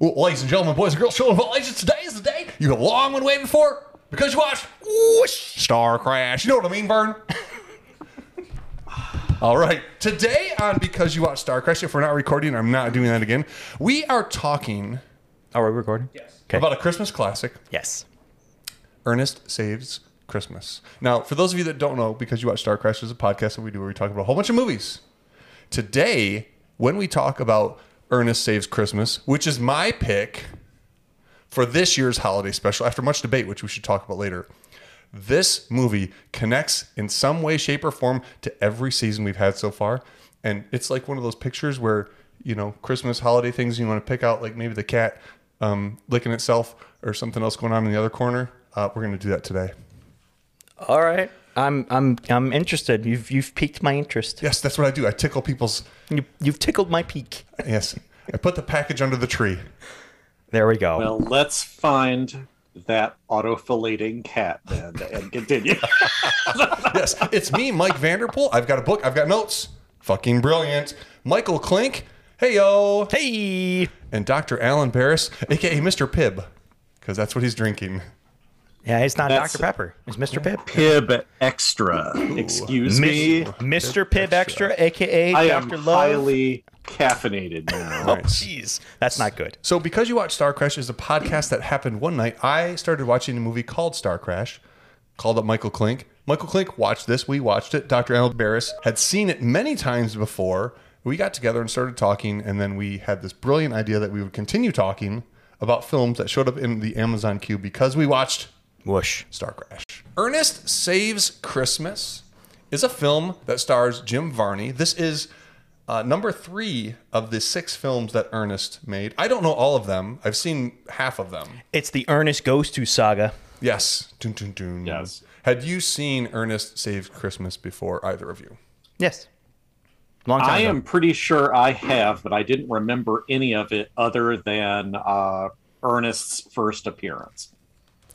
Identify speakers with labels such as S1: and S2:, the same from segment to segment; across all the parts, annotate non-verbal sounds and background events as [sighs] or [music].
S1: Well, ladies and gentlemen, boys and girls, children of all ages, today is the day you have long been waiting for because you watched Whoosh Star Crash. You know what I mean, Vern? [laughs] all right. Today on Because You Watched Star Crash, if we're not recording, I'm not doing that again, we are talking
S2: Are we recording? Yes. Okay.
S1: about a Christmas classic,
S2: yes.
S1: Ernest Saves Christmas. Now, for those of you that don't know, Because You Watched Star Crash is a podcast that we do where we talk about a whole bunch of movies. Today, when we talk about Ernest Saves Christmas, which is my pick for this year's holiday special, after much debate, which we should talk about later, this movie connects in some way, shape, or form to every season we've had so far. And it's like one of those pictures where, you know, Christmas holiday things you want to pick out, like maybe the cat um, licking itself or something else going on in the other corner. Uh, we're going to do that today.
S2: All right. I'm I'm I'm interested. You've you've piqued my interest.
S1: Yes, that's what I do. I tickle people's.
S2: You, you've tickled my peak.
S1: Yes. I put the package under the tree.
S2: There we go.
S3: Well, let's find that autofillating cat then
S2: [laughs]
S3: and continue.
S1: Yes, it's me, Mike Vanderpool. I've got a book. I've got notes. Fucking brilliant. Michael Klink. Hey, yo.
S2: hey.
S1: and Dr. Alan Barris, aka Mr. Pibb, because that's what he's drinking.
S2: Yeah, it's not
S3: That's-
S2: Dr. Pepper. It's Mr. Pip.
S3: Pib extra. Excuse me.
S2: Mr. Pib Extra, aka
S3: I am
S2: Dr. Love.
S3: highly caffeinated now.
S2: oh, jeez. That's not good.
S1: So, because you watch Star Crash is a podcast that happened one night, I started watching a movie called Star Crash, called up Michael Klink. Michael Klink watched this. We watched it. Dr. Alan Barris had seen it many times before. We got together and started talking, and then we had this brilliant idea that we would continue talking about films that showed up in the Amazon queue because we watched
S2: Whoosh.
S1: Star Crash. Ernest Saves Christmas is a film that stars Jim Varney. This is uh, number three of the six films that Ernest made. I don't know all of them. I've seen half of them.
S2: It's the Ernest Goes to saga.
S1: Yes. Dun, dun, dun.
S3: Yes.
S1: Had you seen Ernest Saves Christmas before, either of you?
S2: Yes. Long time
S3: I
S2: ago.
S3: am pretty sure I have, but I didn't remember any of it other than uh, Ernest's first appearance,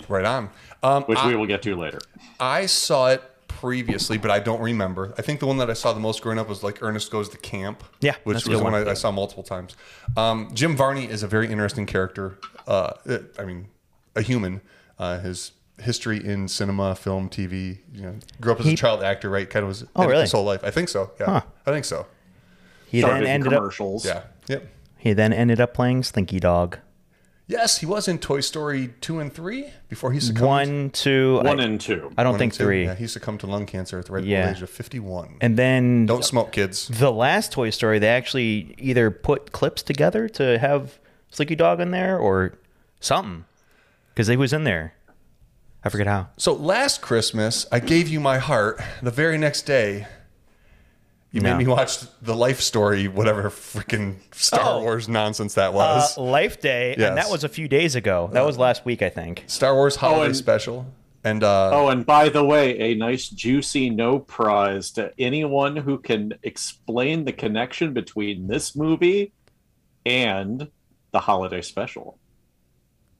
S1: Right on. Um,
S3: which
S1: I,
S3: we will get to later.
S1: I saw it previously, but I don't remember. I think the one that I saw the most growing up was like Ernest Goes to Camp.
S2: Yeah,
S1: which
S2: that's a
S1: was
S2: good
S1: one
S2: one.
S1: I, I saw multiple times. Um, Jim Varney is a very interesting character. Uh, uh, I mean, a human. Uh, his history in cinema, film, TV. You know, grew up as a child actor, right? Kind of was
S2: Oh, really?
S1: his whole life. I think so. Yeah, I think so.
S2: he then
S3: Started in
S2: ended up
S3: commercials.
S1: Yeah. Yep.
S2: he then ended up playing Slinky Dog.
S1: Yes, he was in Toy Story two and three before he succumbed.
S2: One, two
S3: One
S2: I,
S3: and two.
S2: I don't
S1: One and
S2: think
S1: two.
S2: three.
S1: Yeah, he succumbed to lung cancer at the ripe
S2: Yeah.
S1: old age of fifty-one.
S2: And then
S1: Don't smoke, kids.
S2: the last Toy Story, they actually either put clips together to have Slinky Dog in there or something, because they was in there. I forget how.
S1: So last Christmas, I gave you my heart. The very next day, you
S2: No.
S1: made me watch the life story, whatever freaking Star
S2: Oh.
S1: Wars nonsense that
S3: Uh,
S1: was.
S2: Uh, Life Day,
S1: Yes.
S2: and that was a few days ago. That was last week, I think.
S1: Star Wars holiday
S3: oh, and-
S1: special, and uh,
S3: Oh, and by the way, a nice juicy no prize to anyone who can explain the connection between this movie and the holiday special.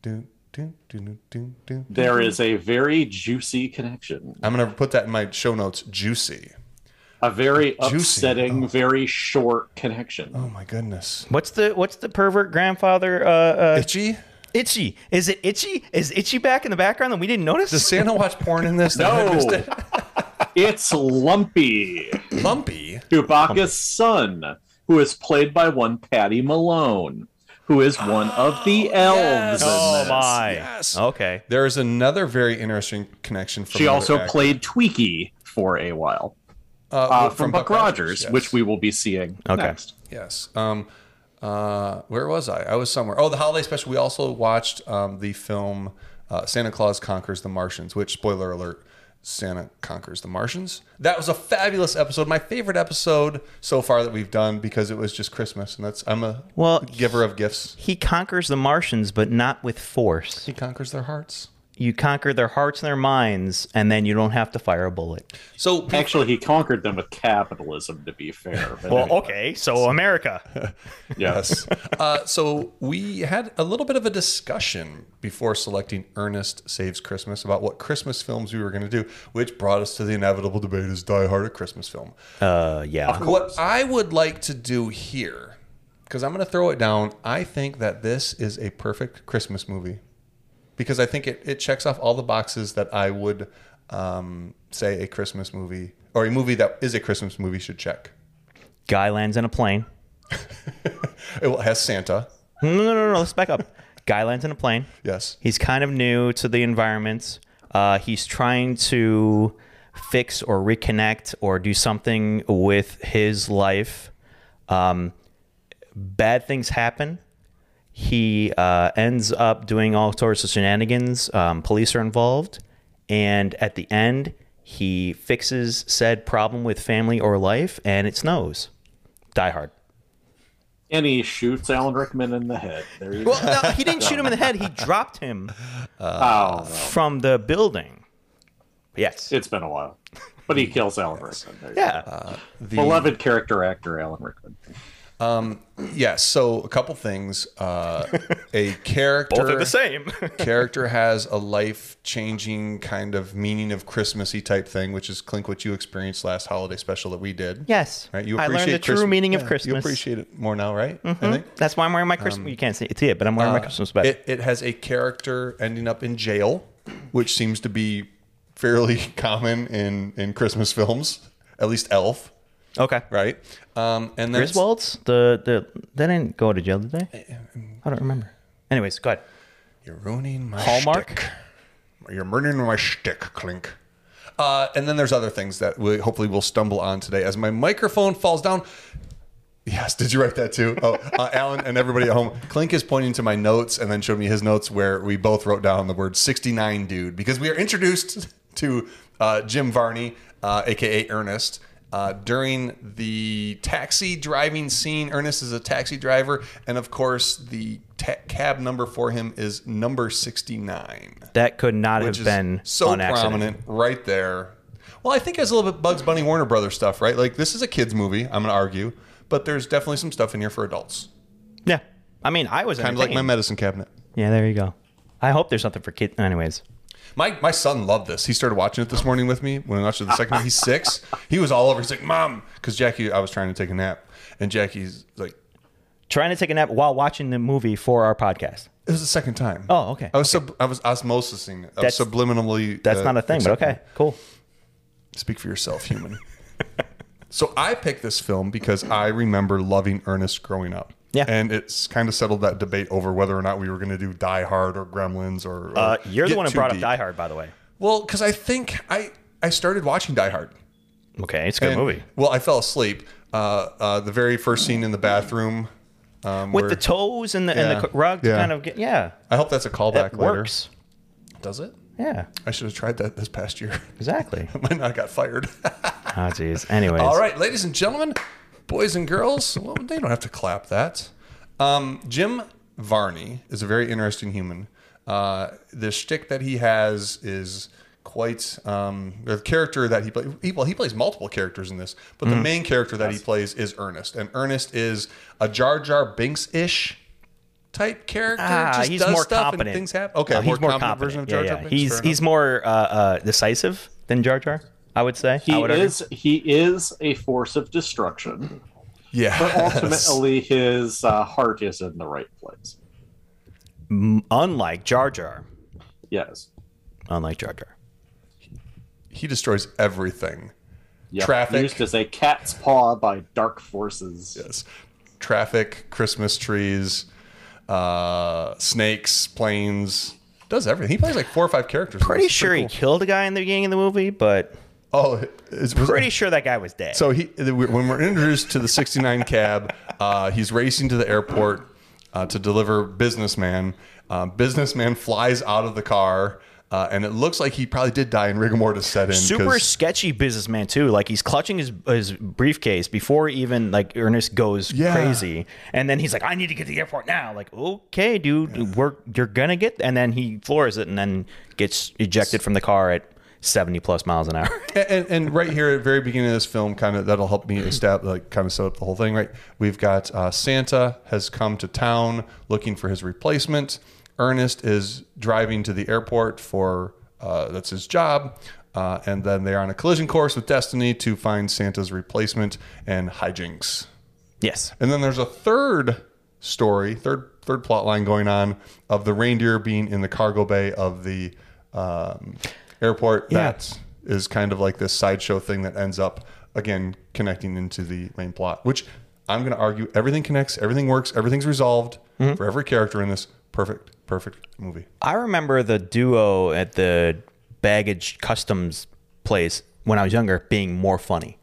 S1: doo, doo, doo, doo, doo, doo.
S3: There is a very juicy connection,
S1: I'm gonna put that in my show notes. Juicy.
S3: a very
S1: Juicy,
S3: upsetting, very short connection.
S1: Oh my goodness.
S2: What's the what's the pervert grandfather? Uh, uh,
S1: Itchy.
S2: itchy. Is it itchy? Is itchy back in the background that we didn't notice?
S1: Does Santa watch porn in this? Did [laughs] I miss
S3: No,
S1: it?
S3: it's Lumpy,
S1: Lumpy.
S3: Chewbacca's son, who is played by one Patty Malone, who is one of the elves. in
S2: oh
S3: this.
S2: my.
S1: Yes.
S2: Okay.
S1: There is another very interesting connection. From
S3: She
S1: another
S3: also
S1: actor.
S3: played Tweaky for a while.
S1: uh,
S3: uh,
S1: well,
S3: from, Buck, Rogers,
S1: yes.
S3: which we will be seeing
S2: Okay.
S3: next.
S1: Yes. Um, uh, where was I? I was somewhere. Oh, the holiday special. We also watched um, the film uh, Santa Claus Conquers the Martians, which, spoiler alert, Santa Conquers the Martians. That was a fabulous episode. My favorite episode so far that we've done because it was just Christmas. And that's, I'm a
S2: Well,
S1: giver of gifts.
S2: He conquers the Martians, but not with force.
S1: He conquers their hearts.
S2: You conquer their hearts and their minds, and then you don't have to fire a bullet.
S1: So,
S3: Actually, he conquered them with capitalism, to be fair. But
S2: Well, okay, so America.
S3: yes.
S1: uh, so we had a little bit of a discussion before selecting Ernest Saves Christmas about what Christmas films we were going to do, which brought us to the inevitable debate is Die Hard a Christmas film?
S2: Uh, yeah.
S1: What I would like to do here because I'm going to throw it down. I think that this is a perfect Christmas movie because I think it, it checks off all the boxes that I would um, say a Christmas movie or a movie that is a Christmas movie should check.
S2: Guy lands in a plane.
S1: It has Santa.
S2: No, no, no, no. Let's back [laughs] up. Guy lands in a plane.
S1: Yes.
S2: He's kind of new to the environment. Uh, he's trying to fix or reconnect or do something with his life. Um, bad things happen. He uh, ends up doing all sorts of shenanigans. Um, police are involved. And at the end, he fixes said problem with family or life, and it snows. Die Hard.
S3: And he shoots Alan Rickman in the head. There you go.
S2: Well, no, he didn't shoot him in the head. He dropped him
S3: Oh, no.
S2: from the building. Yes.
S3: It's been a while. But he kills Alan Rickman. There you
S2: yeah.
S1: The,
S3: go. Beloved character actor, Alan Rickman.
S1: Yes. So a couple things. Uh, a character.
S2: [laughs] Both are the same.
S1: [laughs]
S2: [laughs]
S1: character has a life changing kind of meaning of Christmassy type thing, which is Clink what you experienced last holiday special that we did.
S2: yes.
S1: Right. You
S2: I
S1: appreciate
S2: learned the true
S1: Christmas-
S2: meaning
S1: yeah,
S2: of Christmas. Mm-hmm.
S1: You appreciate it more now, right? I think.
S2: That's why I'm wearing my Christmas. you can't see it, see it, but I'm wearing my Christmas bag.
S1: uh, It, it has a character ending up in jail, which seems to be fairly [laughs] common in, in Christmas films, at least Elf,
S2: okay.
S1: right? Um, and then
S2: Griswolds? The, the, they didn't go to jail, did they? I don't remember. Anyways, go ahead.
S1: You're ruining my
S2: Hallmark?
S1: shtick. You're murdering my shtick, Clink. Uh, and then there's other things that we hopefully we'll stumble on today as my microphone falls down. Yes, did you write that too? Oh, uh, Alan and everybody at home. Clink is pointing to my notes and then showed me his notes where we both wrote down the word 69 dude because we are introduced [laughs] to uh, Jim Varney, uh, aka Ernest. Uh, during the taxi driving scene, Ernest is a taxi driver, and of course, the ta- cab number for him is number 69
S2: That could not
S1: which
S2: have
S1: is
S2: been
S1: so
S2: on accident.
S1: prominent right there. Well, I think it's a little bit Bugs Bunny Warner Brothers stuff, right? Like this is a kids movie. I'm gonna argue, but there's definitely some stuff in here for adults.
S2: Yeah. I mean, I was
S1: Kind of like my
S2: entertained.
S1: medicine cabinet.
S2: Yeah, there you go. I hope there's something for kids. Anyways,
S1: My my son loved this. He started watching it this morning with me when we watched it the second time. He's six. He was all over. He's like, "Mom," because Jackie. I was trying to take a nap, and Jackie's like,
S2: trying to take a nap while watching the movie for our podcast.
S1: "It was the second time."
S2: Oh, okay.
S1: I was sub, I was osmosising. it. I
S2: That's-
S1: was subliminally.
S2: That's
S1: uh,
S2: not a thing, but
S1: accepting it.
S2: okay, cool.
S1: Speak for yourself, human. so I picked this film because I remember loving Ernest growing up.
S2: Yeah.
S1: And it's kind of settled that debate over whether or not we were going to do Die Hard or Gremlins or. or
S2: Uh, you're
S1: get
S2: the one who
S1: too
S2: brought
S1: deep.
S2: up Die Hard, by the way.
S1: Well, because I think I, I started watching Die Hard.
S2: Okay, it's a good
S1: And-
S2: movie.
S1: Well, I fell asleep. Uh, uh, the very first scene in the bathroom. Um,
S2: With
S1: where-
S2: the toes and the, and the
S1: Yeah.
S2: c- rug to
S1: Yeah.
S2: kind of get, yeah,
S1: I hope that's a callback
S2: that
S1: later.
S2: works.
S1: Does it?
S2: Yeah,
S1: I should have tried that this past year. [laughs]
S2: exactly.
S1: I might not have got fired. [laughs]
S2: oh, jeez. Anyways, uh,
S1: All right, ladies and gentlemen, boys and girls, well, they don't have to clap that. Um, Jim Varney is a very interesting human. Uh, the shtick that he has is quite um, the character that he plays. He, well, he plays multiple characters in this, but
S2: Mm.
S1: the main character that he plays is Ernest, and Ernest is a Jar Jar Binks ish type character.
S2: Ah, he's more competent. Uh,
S1: And things happen. Okay,
S2: No,
S1: more, competent, version of Jar
S2: yeah,
S1: Jar
S2: yeah.
S1: Binks.
S2: He's
S1: fair
S2: he's more uh, uh, decisive than Jar Jar. I would say I
S3: He
S2: would argue.
S3: is he is a force of destruction.
S1: enough. yeah.
S3: But ultimately, his uh, heart is in the right place.
S2: unlike Jar Jar.
S3: Yes.
S2: Unlike Jar Jar.
S1: he destroys everything.
S3: Yep.
S1: Traffic.
S3: Used as a cat's paw by dark forces.
S1: Yes. Traffic, Christmas trees, uh, snakes, planes. Does everything. He plays like four or five characters. in
S2: Pretty
S1: this. It's
S2: sure he killed a guy in the beginning of the movie, but
S1: cool. Oh, it's
S2: pretty sure that guy was dead.
S1: So he when we're introduced to the 69 cab, uh, he's racing to the airport uh, to deliver businessman. Um, businessman flies out of the car. Uh, and it looks like he probably did die in rigor mortis set in. 'cause-
S2: super sketchy businessman too. Like he's clutching his his briefcase before even like Ernest goes
S1: Yeah.
S2: crazy, and then he's like, "I need to get to the airport now." Like, okay, dude, we're you're gonna get. And then he floors it, and then gets ejected from the car at seventy plus miles an hour. [laughs]
S1: and, and, and right here at the very beginning of this film, kind of that'll help me establish, like, kind of set up the whole thing. Right, we've got uh, Santa has come to town looking for his replacement. Ernest is driving to the airport for uh, that's his job, uh, and then they're on a collision course with destiny to find Santa's replacement and hijinks.
S2: Yes.
S1: And then there's a third story, third third plot line going on of the reindeer being in the cargo bay of the um, airport.
S2: Yeah.
S1: That is kind of like this sideshow thing that ends up again connecting into the main plot. Which I'm going to argue everything connects, everything works, everything's resolved for every character in this perfect, perfect movie.
S2: I remember the duo at the baggage customs place when I was younger being more funny.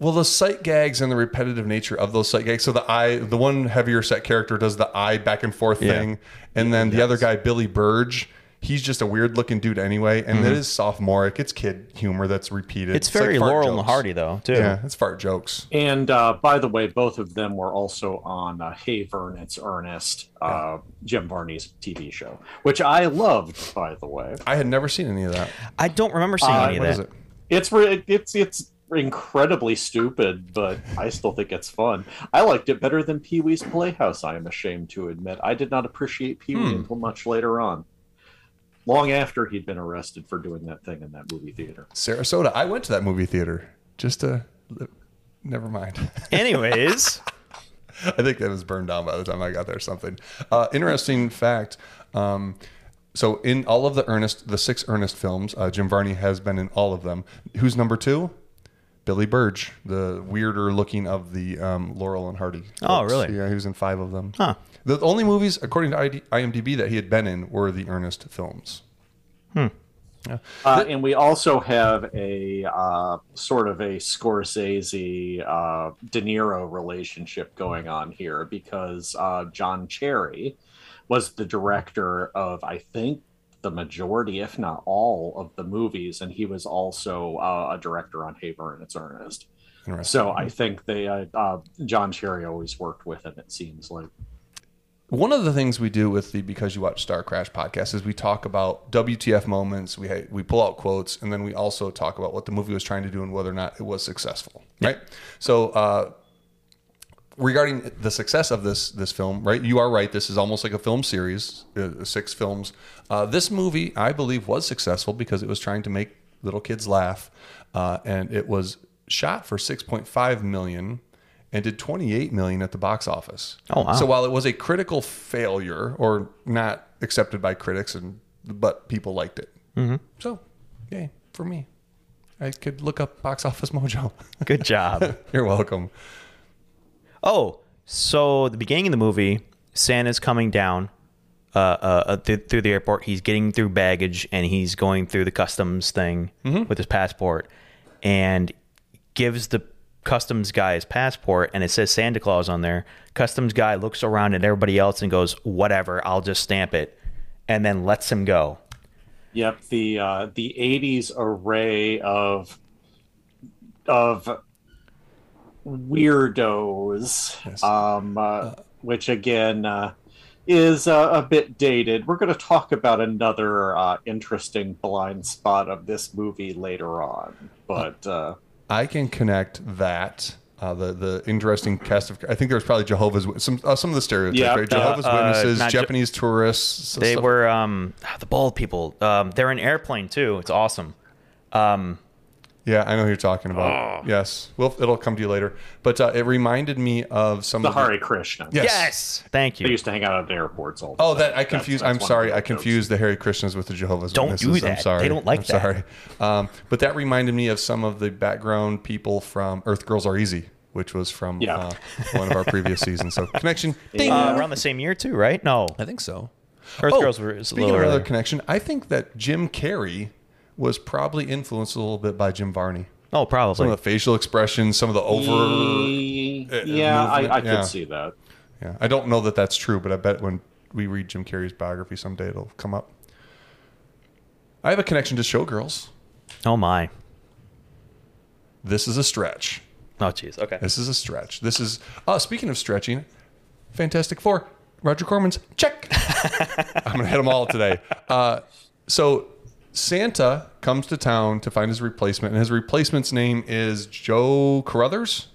S1: Well, the sight gags and the repetitive nature of those sight gags. So the eye, the one heavier set character does the eye back and forth thing, and then the other guy, Billy Burge, he's just a weird looking dude anyway, and it is sophomoric. It's kid humor that's repeated.
S2: Mm-hmm. It's, very
S1: like fart
S2: Laurel and
S1: jokes.
S2: Hardy though, too.
S1: Yeah, it's fart jokes.
S3: And uh, by the way, both of them were also on uh, Hey Vern, It's Ernest, uh, Jim Varney's TV show, which I loved, by the way.
S1: I had never seen any of that.
S2: I don't remember seeing
S3: Uh,
S2: any of
S1: What
S2: that.
S1: is it?
S3: It's re- it's it's incredibly stupid, but I still think it's fun. I liked it better than Pee Wee's Playhouse. I am ashamed to admit, I did not appreciate Pee Wee until much later on, long after he'd been arrested for doing that thing in that movie theater.
S1: Sarasota. I went to that movie theater just to. Never mind. [laughs]
S2: Anyways,
S1: I think that was burned down by the time I got there. Or something. Uh, interesting fact. Um, so in all of the Ernest, the six Ernest films, uh, Jim Varney has been in all of them. Who's number two? Billy Burge, the weirder looking of the um, Laurel and Hardy.
S2: Oh,
S1: folks.
S2: really?
S1: Yeah, he was in five of them.
S2: Huh.
S1: The only movies, according to ID- IMDb, that he had been in were the Ernest films.
S3: Uh, and we also have a uh, sort of a Scorsese uh, De Niro relationship going on here because uh, John Cherry was the director of, I think, the majority, if not all, of the movies, and he was also uh, a director on Haver and It's Ernest.
S1: Interesting.
S3: So I think they, uh, uh, John Cherry always worked with him. It seems like.
S1: One of the things we do with the Because You Watch Star Crash podcast is we talk about WTF moments, we ha- we pull out quotes, and then we also talk about what the movie was trying to do and whether or not it was successful. Right. So uh, regarding the success of this this film, right? You are right. This is almost like a film series, uh, six films. Uh, this movie, I believe, was successful because it was trying to make little kids laugh, uh, and it was shot for six point five million and did twenty eight million at the box office.
S2: Oh, wow.
S1: So while it was a critical failure or not accepted by critics, and but people liked it. Mm-hmm. So, yay for me. I could look up box office mojo. [laughs]
S2: good job.
S1: You're welcome.
S2: Oh, so the beginning of the movie, Santa's coming down uh, uh, uh, th- through the airport. He's getting through baggage and he's going through the customs thing with his passport and gives the customs guy his passport and it says Santa Claus on there. Customs guy looks around at everybody else and goes, whatever, I'll just stamp it. And then lets him go.
S3: Yep, the uh, the '80s array of of weirdos, um, uh, which again uh, is uh, a bit dated. We're going to talk about another uh, interesting blind spot of this movie later on, but uh,
S1: I can connect that uh, the the interesting cast of I think there's probably Jehovah's Wit- some uh, some of the stereotypes
S3: Yeah,
S1: right Jehovah's
S2: uh, uh,
S1: Witnesses
S2: not Je-
S1: Japanese tourists
S2: They
S1: stuff-
S2: were um, the bald people. Um, they're in airplane too. It's awesome.
S1: yeah I know who you're talking about
S2: Oh.
S1: yes well it'll come to you later but uh, it reminded me of some
S3: the
S1: of the-
S3: Hare Krishna.
S1: Yes.
S2: Thank
S3: they
S2: you.
S3: used to hang out at airports all. The
S1: Oh,
S3: time.
S1: that I
S3: That's-
S1: confused.
S3: that's
S1: I'm
S3: one of
S1: sorry.
S3: my
S1: I
S3: jokes.
S1: confused the Harry Krishnas with the Jehovah's
S2: Don't
S1: Witnesses.
S2: do
S1: I'm
S2: that.
S1: sorry.
S2: They don't like
S1: I'm
S2: that.
S1: Sorry, um, but that reminded me of some of the background people from Earth Girls Are Easy, which was from
S3: Yeah.
S1: uh, one of our previous seasons.
S2: [laughs]
S1: So connection. Ding.
S2: Uh, around the same year too, right? No,
S1: I think so.
S2: Earth Girls were is a
S1: Oh, speaking
S2: little
S1: of
S2: earlier.
S1: another connection. I think that Jim Carrey was probably influenced a little bit by Jim Varney.
S2: oh,
S1: Some
S2: probably.
S1: of the facial expressions, some of the over.
S3: Yeah, I, I
S1: movement,
S3: could
S1: yeah.
S3: see that.
S1: Yeah, I don't know that that's true, but I bet when we read Jim Carrey's biography someday, it'll come up. I have a connection to Showgirls.
S2: oh my.
S1: This is a stretch.
S2: Oh jeez. Okay.
S1: This is a stretch. This is. Oh, speaking of stretching, Fantastic Four. Roger Corman's check. [laughs] I'm gonna hit them all today. Uh, so Santa comes to town to find his replacement, and his replacement's name is Joe Carruthers,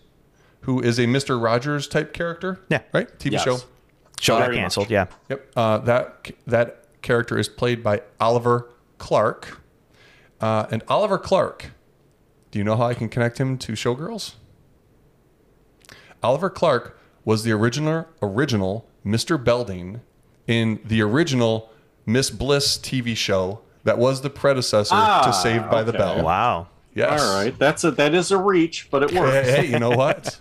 S1: who is a Mister Rogers type character.
S2: Yeah.
S1: right. TV
S3: Yes.
S1: show.
S2: Show got
S3: Very much.
S2: canceled. Yeah.
S1: Yep. Uh, that that character is played by Oliver Clark, uh, and Oliver Clark. Do you know how I can connect him to Showgirls? Oliver Clark was the original original Mr. Belding in the original Miss Bliss TV show that was the predecessor
S3: Ah,
S1: to Saved by the
S3: okay.
S1: Bell.
S2: Wow.
S1: Yes.
S3: All right, that's a that is a reach, but it
S1: Hey,
S3: works.
S1: hey, you know what?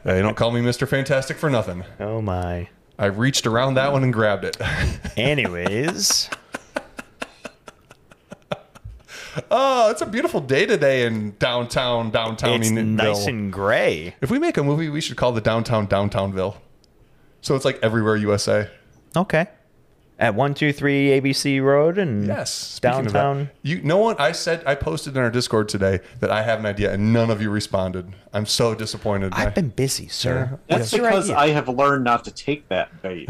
S3: [laughs]
S1: they don't call me Mr. Fantastic for nothing.
S2: Oh my.
S1: I reached around that one and grabbed it.
S2: [laughs]
S1: [laughs]
S2: Anyways,
S1: oh, it's a beautiful day today in downtown downtown.
S2: it's nice and gray.
S1: If we make a movie, we should call the downtown Downtownville. So it's like everywhere USA.
S2: Okay. At one two three ABC Road and
S1: Yes. speaking of that,
S2: downtown.
S1: you no one I said I posted in our Discord today that I have an idea and none of you responded. I'm so disappointed.
S2: I've been busy, sir.
S3: That's because I have learned not to take that bait.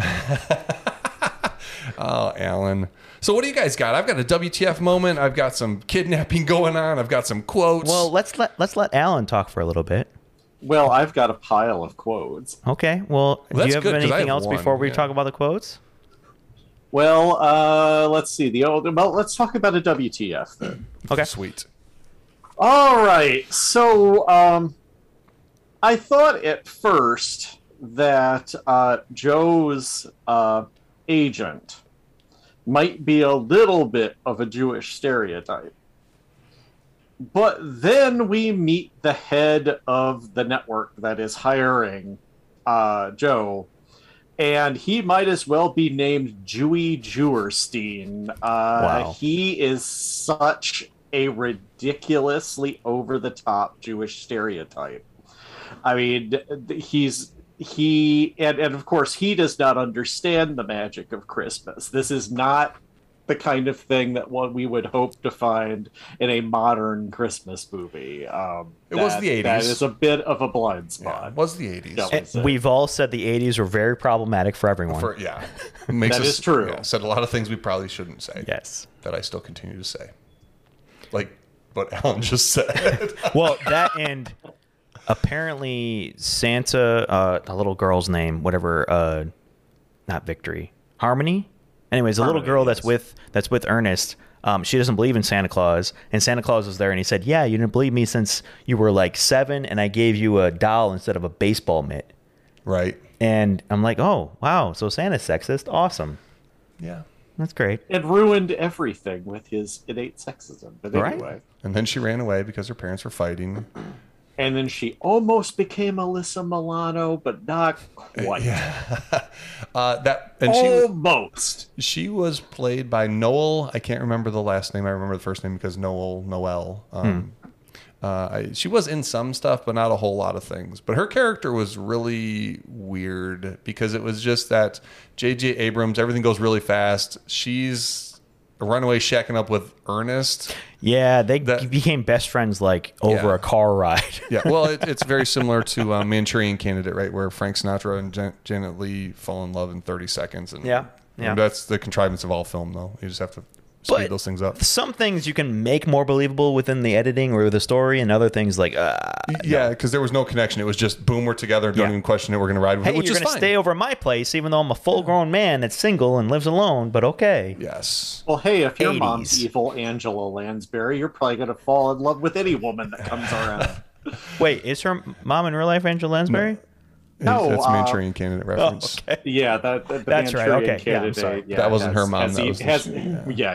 S1: oh, Alan. So what do you guys got? I've got a WTF moment. I've got some kidnapping [laughs] going on. I've got some quotes.
S2: Well, let's let let's let Alan talk for a little bit.
S3: Well, I've got a pile of quotes.
S2: Okay. Well, do
S1: that's
S2: you have
S1: good, 'cause I
S2: anything
S1: have
S2: else
S1: one,
S2: before we
S1: yeah.
S2: talk about the quotes?
S3: Well, uh, let's see. The old well, let's talk about a WTF then.
S2: Okay.
S1: sweet.
S3: All right. So, um, I thought at first that uh, Joe's uh, agent might be a little bit of a Jewish stereotype. But then we meet the head of the network that is hiring uh, Joe, and he might as well be named Jewy Jewerstein. Uh,
S2: Wow.
S3: He is such a ridiculously over the top Jewish stereotype. I mean, th- he's he and, and of course he does not understand the magic of christmas this is not the kind of thing that what we would hope to find in a modern christmas movie um
S1: It was
S3: that-
S1: the
S3: that
S1: 80s.
S3: is a bit of a blind
S1: Yeah, it
S3: spot
S1: was the 80s.
S3: No.
S2: Eh, We've all said the 80s were very problematic for everyone.
S1: For, yeah. Makes
S3: That is true.
S1: yeah, said a lot of things we probably shouldn't say
S2: yes.
S1: that I still continue to say. Like what [laughs] Alan just said.
S2: Well, that and apparently Santa, uh, the little girl's name, whatever, uh, not Victory, Harmony. Anyways, the little
S3: Harmony,
S2: girl that's
S3: yes.
S2: with that's with Ernest. Um, she doesn't believe in Santa Claus, and Santa Claus was there, and he said, "Yeah, you didn't believe me since you were like seven, and I gave you a doll instead of a baseball mitt."
S1: right.
S2: And I'm like, "Oh, wow! So Santa's sexist? Awesome!
S1: Yeah.
S2: That's great."
S3: it ruined everything with his innate sexism but
S2: Right.
S3: anyway
S1: And then she ran away because her parents were fighting.
S3: and then she almost became alyssa milano but not quite
S1: Yeah. uh, that and
S3: Oh. almost
S1: she she was played by Noel. I can't remember the last name. I remember the first name because Noel Noel. Um, uh, I, she was in some stuff, but not a whole lot of things. But her character was really weird because it was just that J.J. Abrams. Everything goes really fast. She's a runaway shacking up with Ernest.
S2: Yeah, they
S1: That-
S2: became best friends like over
S1: Yeah.
S2: a car ride. [laughs]
S1: yeah, well, it, it's very similar to um, Manchurian Candidate, right? Where Frank Sinatra and Jan- Janet Lee fall in love in 30 seconds. And
S2: Yeah, yeah.
S1: That's the contrivance of all film, though. You just have to speed
S2: But-
S1: those things up.
S2: some things you can make more believable within the editing or the story, and other things like, uh,
S1: Yeah, because there was no connection. It was just boom, we're together. Don't
S2: Yeah.
S1: even question it. We're going to ride with
S2: hey,
S1: it, which
S2: you're
S1: is
S2: going to
S1: fine.
S2: stay over at my place, even though I'm a full grown man that's single and lives alone, but okay.
S1: yes.
S3: well hey if your mom's
S2: 80s.
S3: evil angela lansbury you're probably going to fall in love with any woman that comes
S2: [laughs]
S3: around
S2: Wait, is her mom in real life Angela Lansbury?
S3: No,
S1: that's
S3: uh,
S1: Manchurian Candidate
S2: oh,
S1: reference.
S3: Yeah, that, that the
S2: That's right,
S3: Manchurian
S2: okay, yeah, I'm sorry.
S3: Candidate. Yeah,
S1: That wasn't her
S3: has-
S1: mom,
S3: has
S1: that
S3: e-
S1: was the
S3: has-
S1: shooter,
S3: yeah,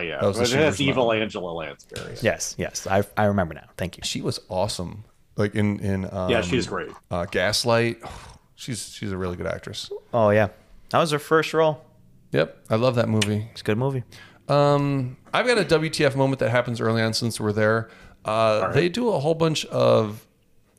S1: yeah.
S3: yeah.
S1: That was the
S3: but it has
S1: shooter's
S3: evil
S1: mom.
S3: Angela Lansbury. Yeah,
S2: Yes, yes. I, I remember now. Thank you.
S1: She was awesome. Like in in um,
S3: she's great.
S1: uh, Gaslight. [sighs] she's she's a really good actress.
S2: Oh, yeah. That was her first role.
S1: Yep, I love that movie.
S2: It's a good movie.
S1: Um, I've got a WTF moment that happens early on since we're there. Uh, They do a whole bunch of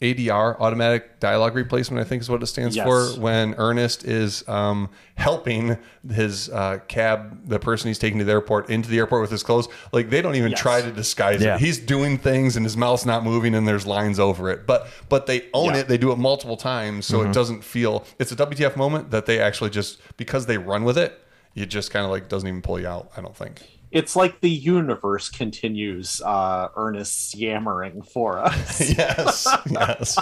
S1: ADR, automatic dialogue replacement, I think is what it stands
S3: Yes.
S1: for, when Ernest is um, helping his uh, cab, the person he's taking to the airport, into the airport with his clothes. Like they don't even
S3: Yes.
S1: try to disguise
S2: Yeah.
S1: it. He's doing things and his mouth's not moving and there's lines over it. But but they own
S3: Yeah.
S1: it. They do it multiple times, so it doesn't feel. It's a WTF moment that they actually just because they run with it. It just kind of like doesn't even pull you out. I don't think.
S3: It's like the universe continues uh, Ernest's yammering for us.
S1: [laughs] yes, yes.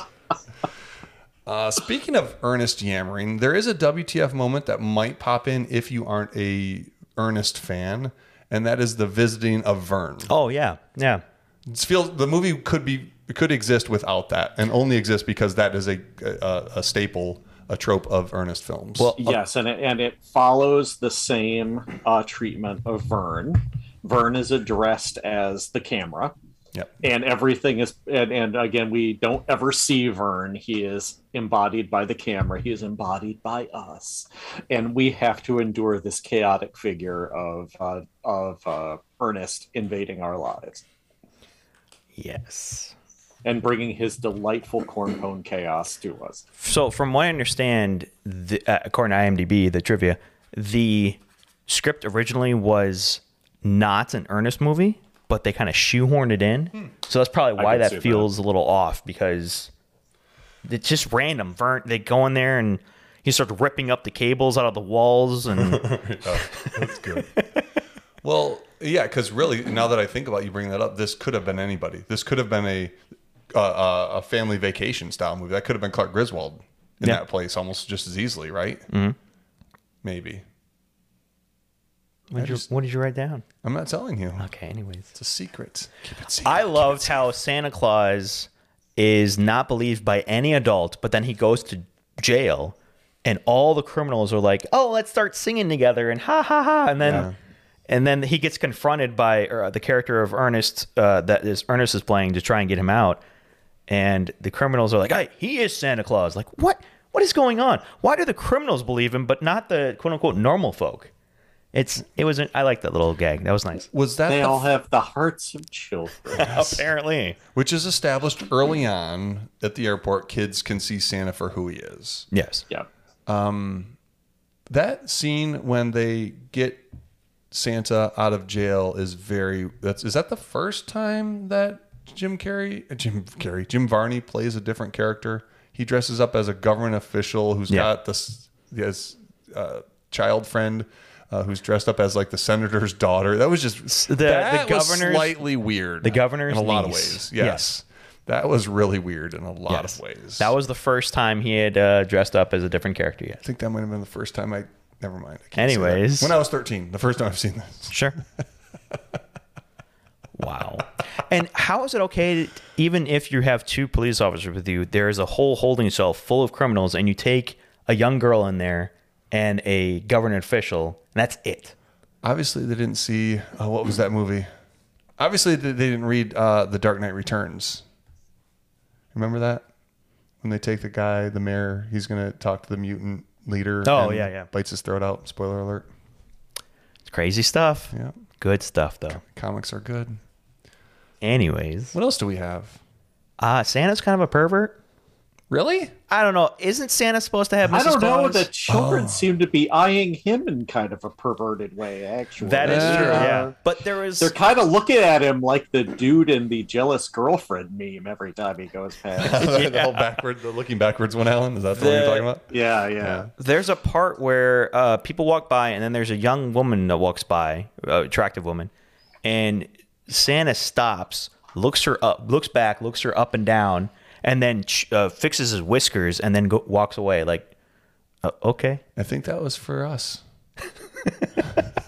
S1: Uh, speaking of earnest yammering, there is a WTF moment that might pop in if you aren't a earnest fan, and that is the visiting of Vern.
S2: Oh, yeah. Yeah.
S1: It's feel the movie could be could exist without that, and only exist because that is a a, a staple, a trope of Ernest films.
S2: Well,
S3: Yes, and it, and it follows the same uh, treatment of Vern. Vern is addressed as the camera,
S1: yep.
S3: and everything is and, and again we don't ever see vern he is embodied by the camera he is embodied by us and we have to endure this chaotic figure of uh, of uh, ernest invading our lives
S2: yes.
S3: and bringing his delightful corn cone chaos to us
S2: So, from what I understand, the, uh, according to IMDb, the trivia, the script originally was not an Ernest movie, but they kind of shoehorned it in. So that's probably why
S3: can
S2: that
S3: Hmm. see that.
S2: feels a little off because it's just random. Vern, they go in there and he starts ripping up the cables out of the walls,
S3: [laughs]
S2: and
S1: That's good. [laughs] well, yeah, because really, now that I think about you bringing that up, this could have been anybody. This could have been a uh, uh, a family vacation style movie. That could have been Clark Griswold in
S2: Yeah.
S1: that place almost just as easily, right? Maybe.
S2: what did, you, what did you write down?
S1: I'm not telling you.
S2: Okay, anyways.
S1: It's a secret. Keep it secret.
S2: I loved how Santa Claus is not believed by any adult, but then he goes to jail and all the criminals are like, "Oh, let's start singing together." And ha ha ha. And then and then he gets confronted by uh, the character of Ernest uh, that is Ernest is playing to try and get him out. And the criminals are like, "Hey, he is Santa Claus." Like, "What? What is going on? Why do the criminals believe him but not the quote-unquote normal folk?" It's it was an, I like that little gag. That was nice.
S1: was that
S3: they
S1: the
S3: all have the hearts
S2: [laughs]
S3: of children
S2: Apparently.
S1: which is established early on at the airport kids can see santa for who he is
S2: Yes.
S3: yeah
S1: that scene when they get santa out of jail is very that's is that the first time that jim carrey [laughs] uh, jim carrey jim varney plays a different character he dresses up as a government official who's
S2: Yeah.
S1: got this his uh, child friend uh, who's dressed up as like the senator's daughter? That was just
S2: the
S1: that was
S2: governor's-
S1: slightly weird.
S2: the governor's
S1: in a lot of ways.
S2: niece.
S1: Yes, that was really weird in a lot
S2: Yes.
S1: of ways.
S2: That was the first time he had uh, dressed up as a different character yet.
S1: I think that might have been the first time I. Never mind. I can't say that.
S2: Anyways.
S1: when I was 13, the first time I've seen this.
S2: Sure. [laughs] wow. And how is it okay, that even if you have two police officers with you, there is a whole holding cell full of criminals, and you take a young girl in there and a government official, and that's it?
S1: Obviously, they didn't see oh, what was that movie. Obviously, they they didn't read uh, The Dark Knight Returns. Remember that when they take the guy, the mayor, he's gonna talk to the mutant leader.
S2: Oh,
S1: and
S2: yeah, yeah.
S1: Bites his throat out. Spoiler alert.
S2: It's crazy stuff.
S1: Yeah,
S2: Good stuff, though.
S1: comics are good.
S2: Anyways,
S1: What else do we have?
S2: uh, Santa's kind of a pervert. [laughs]
S1: Really?
S2: I don't know. Isn't Santa supposed to have Mrs.
S3: I don't know.
S2: Claus?
S3: The children seem to be eyeing him in kind of a perverted way. Actually,
S2: that is
S1: Yeah.
S2: true. Yeah, but there was
S3: They're kind of looking at him like the dude in the jealous girlfriend meme every time he goes
S1: [laughs]
S3: past.
S1: the whole backward, the looking backwards one, Alan. Is that the, one
S2: The-
S1: you're talking about?
S3: yeah, yeah.
S2: there's a part where uh, people walk by and then there's a young woman that walks by uh, attractive woman and santa stops looks her up looks back looks her up and down and then ch- uh, fixes his whiskers and then go- walks away like uh, okay
S1: I think that was for us.
S2: [laughs]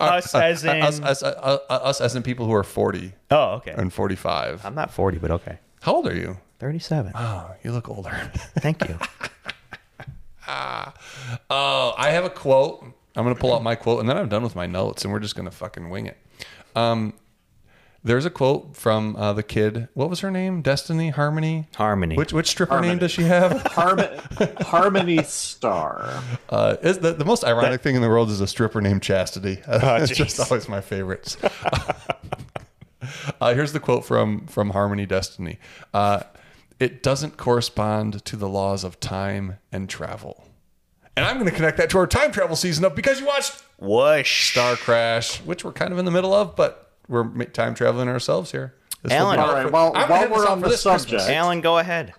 S2: us as in
S1: uh, us, us, uh, uh, us as in people who are 40
S2: oh okay
S1: and 45.
S2: i'm not 40 but okay
S1: How old are you?
S2: 37
S1: Oh, you look older.
S2: thank you
S1: [laughs] Oh, I have a quote. I'm going to pull out my quote and then I'm done with my notes and we're just going to fucking wing it. Um, there's a quote from uh, the kid. What was her name? Destiny? Harmony?
S2: harmony
S1: Which, which stripper name does she
S2: [laughs]
S1: have?
S3: Harmon- Harmony Star.
S1: Uh, is the, the most ironic thing in the world is a stripper named Chastity. [laughs] it's just always my favorites. [laughs] uh, here's the quote from from Harmony Destiny. Uh, it doesn't correspond to the laws of time and travel. And I'm going to connect that to our time travel season up because you watched
S2: whoosh
S1: Star Crash, which we're kind of in the middle of, but we're ma- time traveling ourselves here. This will
S2: Alan.
S1: be-
S3: All right. Well,
S1: I'm gonna
S3: while
S1: hit this
S3: we're
S1: off
S3: on
S1: for
S3: the
S1: this Christmas.
S3: subject,
S2: alan go ahead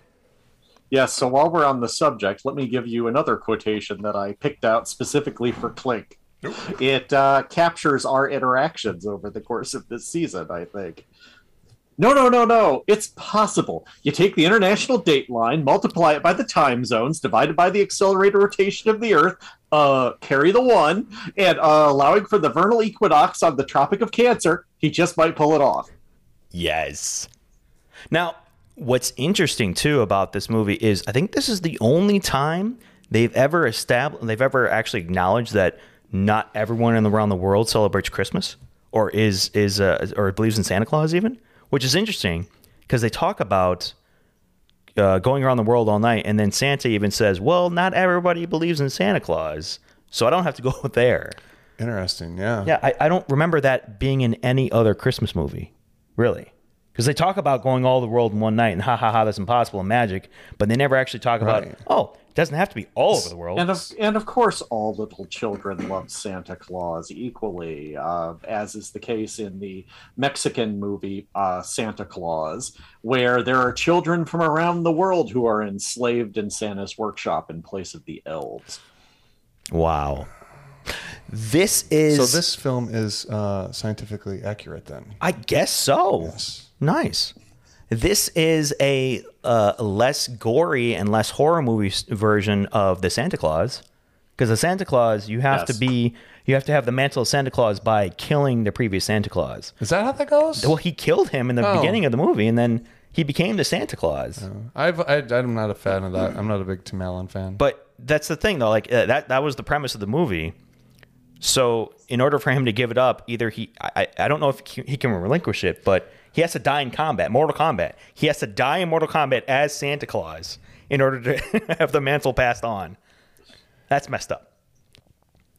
S3: yes. So while we're on the subject, let me give you another quotation that I picked out specifically for Clink. It uh, captures our interactions over the course of this season. I think. No, no, no, no. It's possible. You take the international date line, multiply it by the time zones, divided by the accelerated rotation of the Earth, uh, carry the one, and uh, allowing for the vernal equinox on the Tropic of Cancer, he just might pull it off.
S2: yes Now, what's interesting too about this movie is I think this is the only time they've ever established, they've ever actually acknowledged that not everyone in the- around the world celebrates Christmas or is is uh, or believes in Santa Claus even, which is interesting because they talk about uh, going around the world all night, and then Santa even says, "Well, not everybody believes in Santa Claus, so I don't have to go [laughs] there."
S1: Interesting. Yeah.
S2: Yeah, I, I don't remember that being in any other Christmas movie, really. Because they talk about going all the world in one night and ha ha ha, that's impossible and magic, but they never actually talk
S1: Right.
S2: about, oh, it doesn't have to be all over the world.
S3: And of and of course, all little children love Santa Claus equally, uh, as is the case in the Mexican movie uh, Santa Claus, where there are children from around the world who are enslaved in Santa's workshop in place of the elves.
S2: wow. This is,
S1: So this film is uh, scientifically accurate then.
S2: I guess so. Nice. This is a uh, less gory and less horror movie s- version of the Santa Claus. Because the Santa Claus, you have
S3: Yes.
S2: to be, you have to have the mantle of Santa Claus by killing the previous Santa Claus.
S1: Is that how that goes?
S2: Well, he killed him in the
S1: Oh.
S2: beginning of the movie, and then he became the Santa Claus.
S1: I've, I, I'm not a fan of that. I'm not a big Tim Allen fan.
S2: But that's the thing, though. Like uh, that—that was the premise of the movie. So, in order for him to give it up, either he—I I don't know if he he can relinquish it, but he has to die in combat, Mortal Kombat. He has to die in Mortal Kombat as Santa Claus in order to [laughs] have the mantle passed on. That's messed up.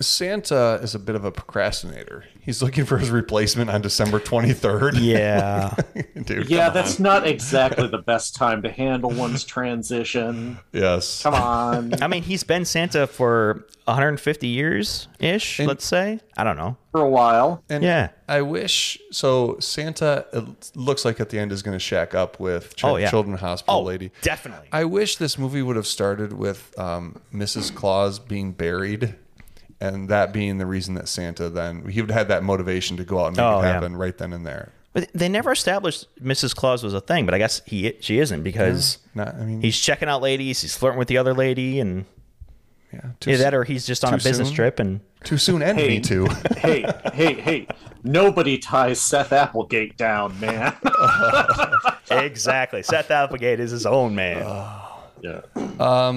S1: Santa is a bit of a procrastinator. He's looking for his replacement on December 23rd.
S2: Yeah.
S1: [laughs] Dude,
S3: Yeah,
S1: come
S3: that's not exactly the best time to handle one's transition.
S1: on. yes.
S3: Come
S2: [laughs]
S3: on.
S2: I mean, he's been Santa for 150 years ish. Let's say. I don't know.
S3: For a while.
S1: And
S2: Yeah.
S1: I wish so. Santa it looks like at the end is going to shack up with Chil-
S2: Oh, yeah.
S1: Children's Hospital lady.
S2: definitely.
S1: I wish this movie would have started with um, Mrs. Claus being buried, and that being the reason that Santa then he would have had that motivation to go out and make
S2: Oh,
S1: it
S2: yeah.
S1: happen right then and there.
S2: But they never established Mrs. Claus was a thing, but I guess he she isn't because
S1: Not, I mean,
S2: he's checking out ladies, he's flirting with the other lady, and
S1: yeah, too,
S2: either
S1: s-
S2: that or he's just on a
S1: too
S2: business
S1: soon?
S2: trip. And
S1: too soon and me
S3: Hey.
S1: too.
S2: [laughs]
S3: Hey, hey, hey. Nobody ties Seth Applegate down, man.
S2: exactly, Seth Applegate is his own man.
S3: yeah.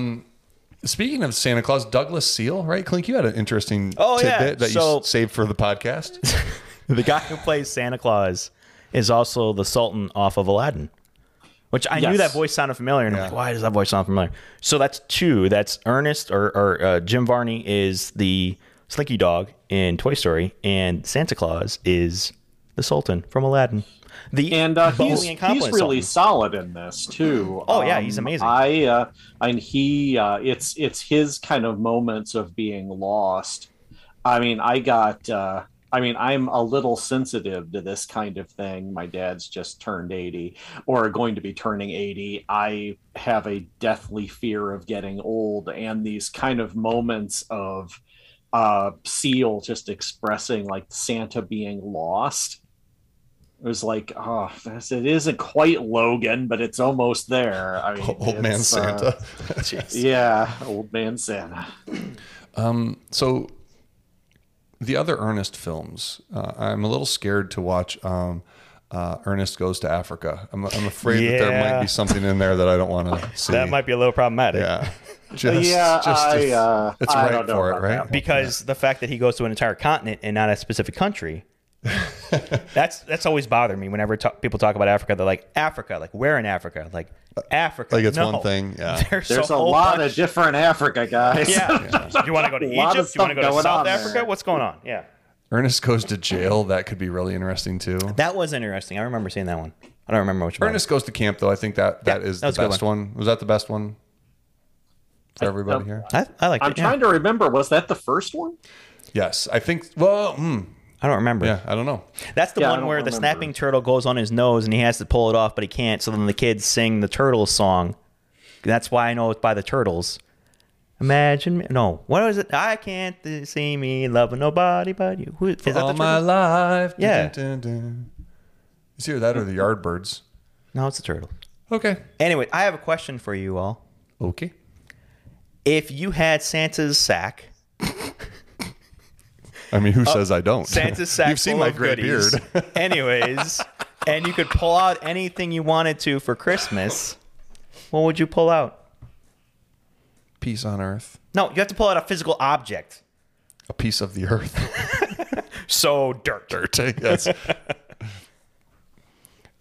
S1: Speaking of Santa Claus, Douglas Seal, right? Clink, you had an interesting
S2: Oh, yeah.
S1: tidbit that you
S2: So-
S1: s- saved for the podcast.
S2: the guy who plays Santa Claus is also the Sultan off of Aladdin, which I knew
S3: Yes.
S2: that voice sounded familiar. And I'm like, why does that voice sound familiar? So that's two. That's Ernest or, or uh, Jim Varney is the Slinky Dog in Toy Story, and Santa Claus is the Sultan from Aladdin. The
S3: and uh,
S2: Bowling
S3: he's,
S2: and Compline
S3: he's
S2: Sultan.
S3: really solid in this too.
S2: Oh, yeah, he's amazing.
S3: I uh, and he uh, it's it's his kind of moments of being lost. I mean, I got. Uh, I mean, I'm a little sensitive to this kind of thing. My dad's just turned 80 or going to be turning 80. I have a deathly fear of getting old and these kind of moments of uh, Seal just expressing like Santa being lost. It was like, oh, that's, it isn't quite Logan, but it's almost there. I mean,
S1: Old man
S3: it's, uh,
S1: Santa.
S3: yeah, old man Santa.
S1: Um, So the other Ernest films, uh, I'm a little scared to watch. Um, uh, Ernest goes to Africa. I'm, I'm afraid that there might
S2: Yeah.
S1: be something in there that I don't want to see.
S2: that might be a little problematic.
S1: yeah, just,
S3: yeah, I,
S1: it's-
S3: uh,
S1: it's
S3: I
S1: right
S3: don't know
S1: for it,
S3: about
S1: right?
S3: that
S2: because the fact that he goes to an entire continent and not a specific
S1: [laughs]
S2: country that's that's always bothered me whenever ta- people talk about africa they're like africa like where in africa like africa
S1: Uh, Like it's
S2: No.
S1: one
S2: [laughs]
S1: thing. Yeah,
S2: there's,
S3: There's a,
S2: whole
S3: lot
S2: bunch-
S3: of different Africa guys.
S2: [laughs] yeah. you want to go to
S3: lot of
S2: egypt you want to
S3: stuff
S2: go to
S3: going
S2: south
S3: on
S2: africa
S3: there.
S2: what's going on yeah
S1: Ernest goes to jail. That could be really interesting too.
S2: that was interesting i remember seeing that one i don't remember which one
S1: Ernest goes to camp though. I think that that is
S2: Yeah, that was a
S1: the
S2: good
S1: best one. Was that the best one for everybody
S3: um,
S1: here?
S2: i, I like
S3: [laughs] I'm
S2: it yeah.
S3: trying to remember. Was that the first one?
S1: Yes, I think. Well, mm,
S2: i don't remember
S1: yeah, I don't know.
S2: That's the
S3: Yeah, I
S2: one
S3: don't
S2: where the
S3: remember.
S2: snapping turtle goes on his nose and he has to pull it off, but he can't. So then the kids sing the turtles song. That's why I know it's by the turtles. Imagine me. No, what was it? I can't see me loving nobody but you. Who, is that the
S1: All
S2: turtles?
S1: my life. Dun,
S2: Yeah.
S1: dun, dun, dun. It's either that or the Yardbirds.
S2: no, it's the turtle.
S1: Okay.
S2: Anyway, I have a question for you all.
S1: Okay.
S2: If you had Santa's sack,
S1: [laughs] I mean, who says I don't?
S2: Santa's
S1: [laughs]
S2: sack,
S1: You've seen
S2: Uh, full
S1: my
S2: of
S1: gray
S2: goodies.
S1: beard.
S2: [laughs]
S1: [laughs]
S2: Anyways, and you could pull out anything you wanted to for Christmas, what would you pull out?
S1: Peace on Earth.
S2: No, you have to pull out a physical object.
S1: A piece of the earth. [laughs]
S2: So dirt.
S1: Dirt,
S2: [laughs]
S1: yes.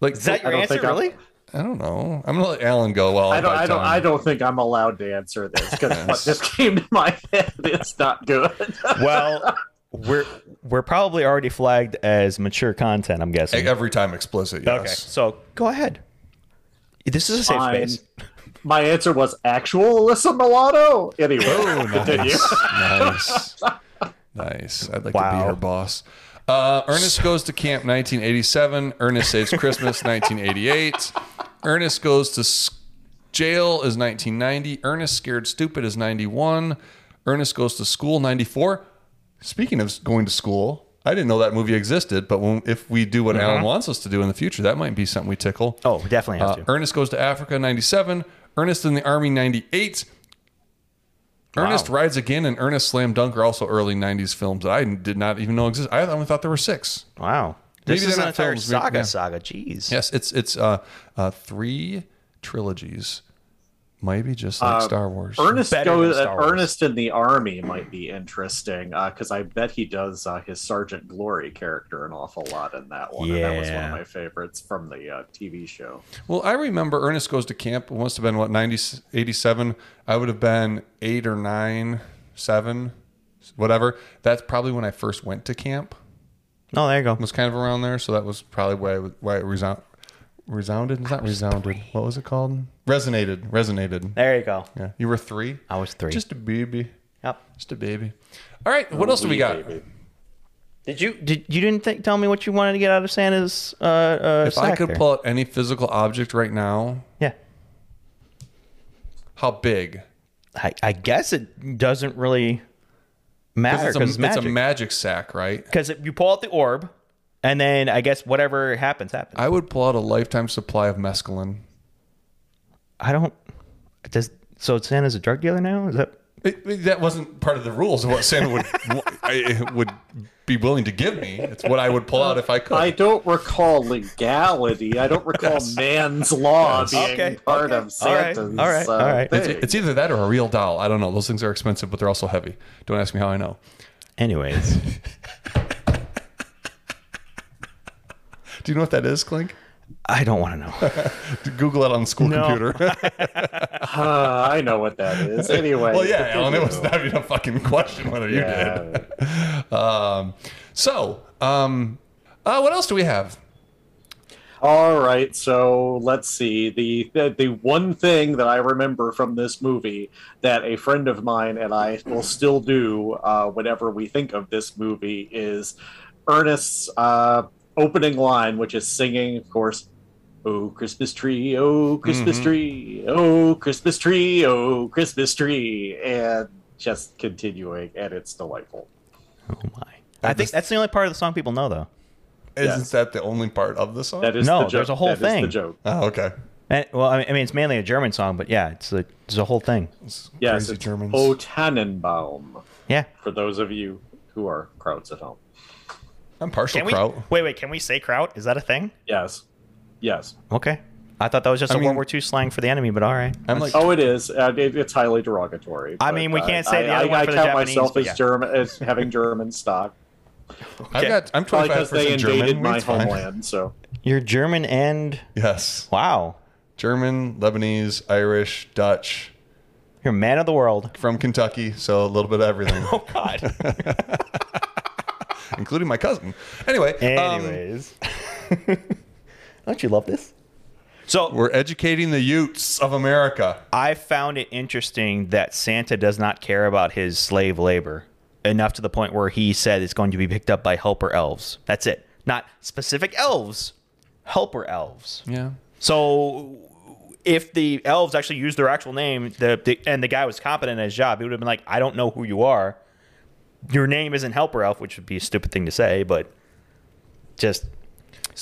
S1: Like
S2: Is that your
S3: don't
S2: answer,
S3: think I'm-
S2: really?
S1: I don't know. I'm gonna let Alan go while
S3: I don't,
S1: got
S3: I don't,
S1: time.
S3: I don't think I'm allowed to answer this because what just came to my [laughs] head is not good.
S2: [laughs]
S3: [laughs]
S2: Well, we're we're probably already flagged as mature content. I'm guessing.
S1: Every time explicit. Yes.
S2: Okay, so go ahead. This is a safe
S3: Fine.
S2: space.
S3: My answer was actual Alyssa Milano. Anyway,
S1: Oh.
S3: continue.
S1: nice. nice. I'd like to be
S2: Wow.
S1: her boss. Uh, Ernest goes to camp 1987. Ernest saves Christmas 1988. Ernest goes to s- jail is 1990. Ernest scared stupid is 91. Ernest goes to school 94. Speaking of s- going to school, I didn't know that movie existed, but when, if we do what Alan wants us to do in the future, that might be something we tickle.
S2: Oh, we definitely have
S1: Uh,
S2: to.
S1: Ernest goes to Africa, 97. Ernest in the Army, 98. Ernest Rides Again and Ernest Slam Dunk are also early 90s films that I did not even know exist. I only thought there were six.
S2: Wow.
S1: Maybe
S2: This
S1: they're
S2: is an
S1: not
S2: entire
S1: films, maybe-
S2: saga
S1: yeah.
S2: saga. Jeez.
S1: Yes, it's it's uh, uh, three trilogies, maybe just like Star Wars.
S3: Ernest
S2: Better than
S3: goes.
S2: Star Wars.
S3: Ernest in the army might be interesting because I bet he does uh, his Sergeant Glory character an awful lot in that one. And that was one
S2: Yeah.
S3: of my favorites from the uh, TV show.
S1: Well, I remember Ernest Goes to Camp. It must have been, what, 90, 87? I would have been eight or nine, seven, whatever. That's probably when I first went to camp.
S2: Oh, there you go.
S1: was kind of around there, so that was probably why it, why it resound, resounded. It's not resounded. What was it called? Resonated. Resonated.
S2: There you go.
S1: Yeah, you were three.
S2: I was three.
S1: Just a baby.
S2: Yep.
S1: Just a baby. All right. What else do we
S3: Wee
S1: got?
S3: baby.
S2: Did you did you didn't think, tell me what you wanted to get out of Santa's uh, uh
S1: If I
S2: sack
S1: could
S2: there?
S1: pull out any physical object right now,
S2: Yeah.
S1: how big?
S2: I, I guess it doesn't really matter
S1: Because
S2: because
S1: it's,
S2: it's
S1: a- it's a
S2: magic.
S1: magic sack, right?
S2: Because you pull out the orb, and then I guess whatever happens happens.
S1: I would pull out a lifetime supply of mescaline.
S2: I don't. Does so Santa's a drug dealer now? Is that
S1: It, it- that wasn't part of the rules of what Santa [laughs] would I, would be willing to give me. It's what I would pull out if I could.
S3: I don't recall legality. I don't recall man's law being
S2: Okay,
S3: part
S2: okay.
S3: of
S2: All right,
S3: Santa's.
S2: all right,
S3: uh,
S2: all right.
S1: It's,
S3: thing.
S1: it's either that or a real doll. I don't know. Those things are expensive, but they're also heavy. Don't ask me how I know.
S2: [laughs] anyways?
S1: Do you know what that is, Clink?
S2: I don't want to [laughs] know.
S1: Google it on the school
S2: No.
S3: [laughs]
S1: computer. [laughs]
S3: Uh, [laughs] I know what that
S2: [laughs]
S3: is. Anyway.
S1: well, yeah, Alan, it was not even a fucking question whether you
S3: Yeah.
S1: did. [laughs] Um, so, um, uh, what else do we have?
S3: All right, so let's see. The, the the one thing that I remember from this movie that a friend of mine and I will still do uh, whenever we think of this movie is Ernest's uh, opening line, which is singing, of course, "Oh Christmas tree, oh Christmas
S2: Mm-hmm.
S1: Mhm.
S3: tree, oh Christmas tree, oh Christmas tree," and just continuing, and it's delightful.
S2: Oh my! I think that's the only part of the song people know though.
S1: Isn't
S3: Yes.
S1: that the only part of the song?
S3: That is
S2: No,
S3: the joke.
S2: there's a whole
S3: That is
S2: thing.
S3: the joke.
S1: Oh, okay.
S2: And, well, I mean, I mean, it's mainly a German song, but yeah, it's a it's a whole thing.
S1: It's
S3: Yes,
S1: crazy
S3: it's
S1: Germans.
S3: O Tannenbaum.
S2: Yeah.
S3: for those of you who are crowds at home.
S1: I'm partial
S2: Can we
S1: kraut.
S2: wait? Wait, can we say kraut? Is that a thing?
S3: Yes. Yes.
S2: Okay. I thought that was just
S1: I
S2: a
S1: mean-
S2: World War II slang for the enemy, but all right.
S1: I'm like,
S3: Oh, it is. Uh, it, it's highly derogatory.
S2: I
S3: but,
S2: mean, we
S3: uh,
S2: can't say the
S3: I,
S2: other
S3: I,
S2: one
S3: I
S2: for the
S3: count
S2: Japanese,
S3: myself
S2: but
S3: as
S2: yeah.
S3: German as having
S1: [laughs]
S3: German stock,
S1: I've got, I'm 25
S3: probably because they
S1: percent
S3: invaded
S1: German.
S3: my
S1: It's fine.
S3: homeland. So
S2: You're German and
S1: Yes,
S2: wow,
S1: German, Lebanese, Irish, Dutch,
S2: you're a man of the world.
S1: from Kentucky, so a little bit of everything.
S3: [laughs]
S2: Oh
S1: [laughs]
S2: God.
S1: including my cousin. Anyway, um,
S2: Anyways, [laughs] don't you love this? So
S1: we're educating the Utes of America.
S2: I found it interesting that Santa does not care about his slave labor enough to the point where he said it's going to be picked up by helper elves. That's it. Not specific elves, helper elves.
S1: Yeah.
S2: So if the elves actually used their actual name, the, the and the guy was competent at his job, he would have been like, "I don't know who you are. Your name isn't Helper Elf," which would be a stupid thing to say, but just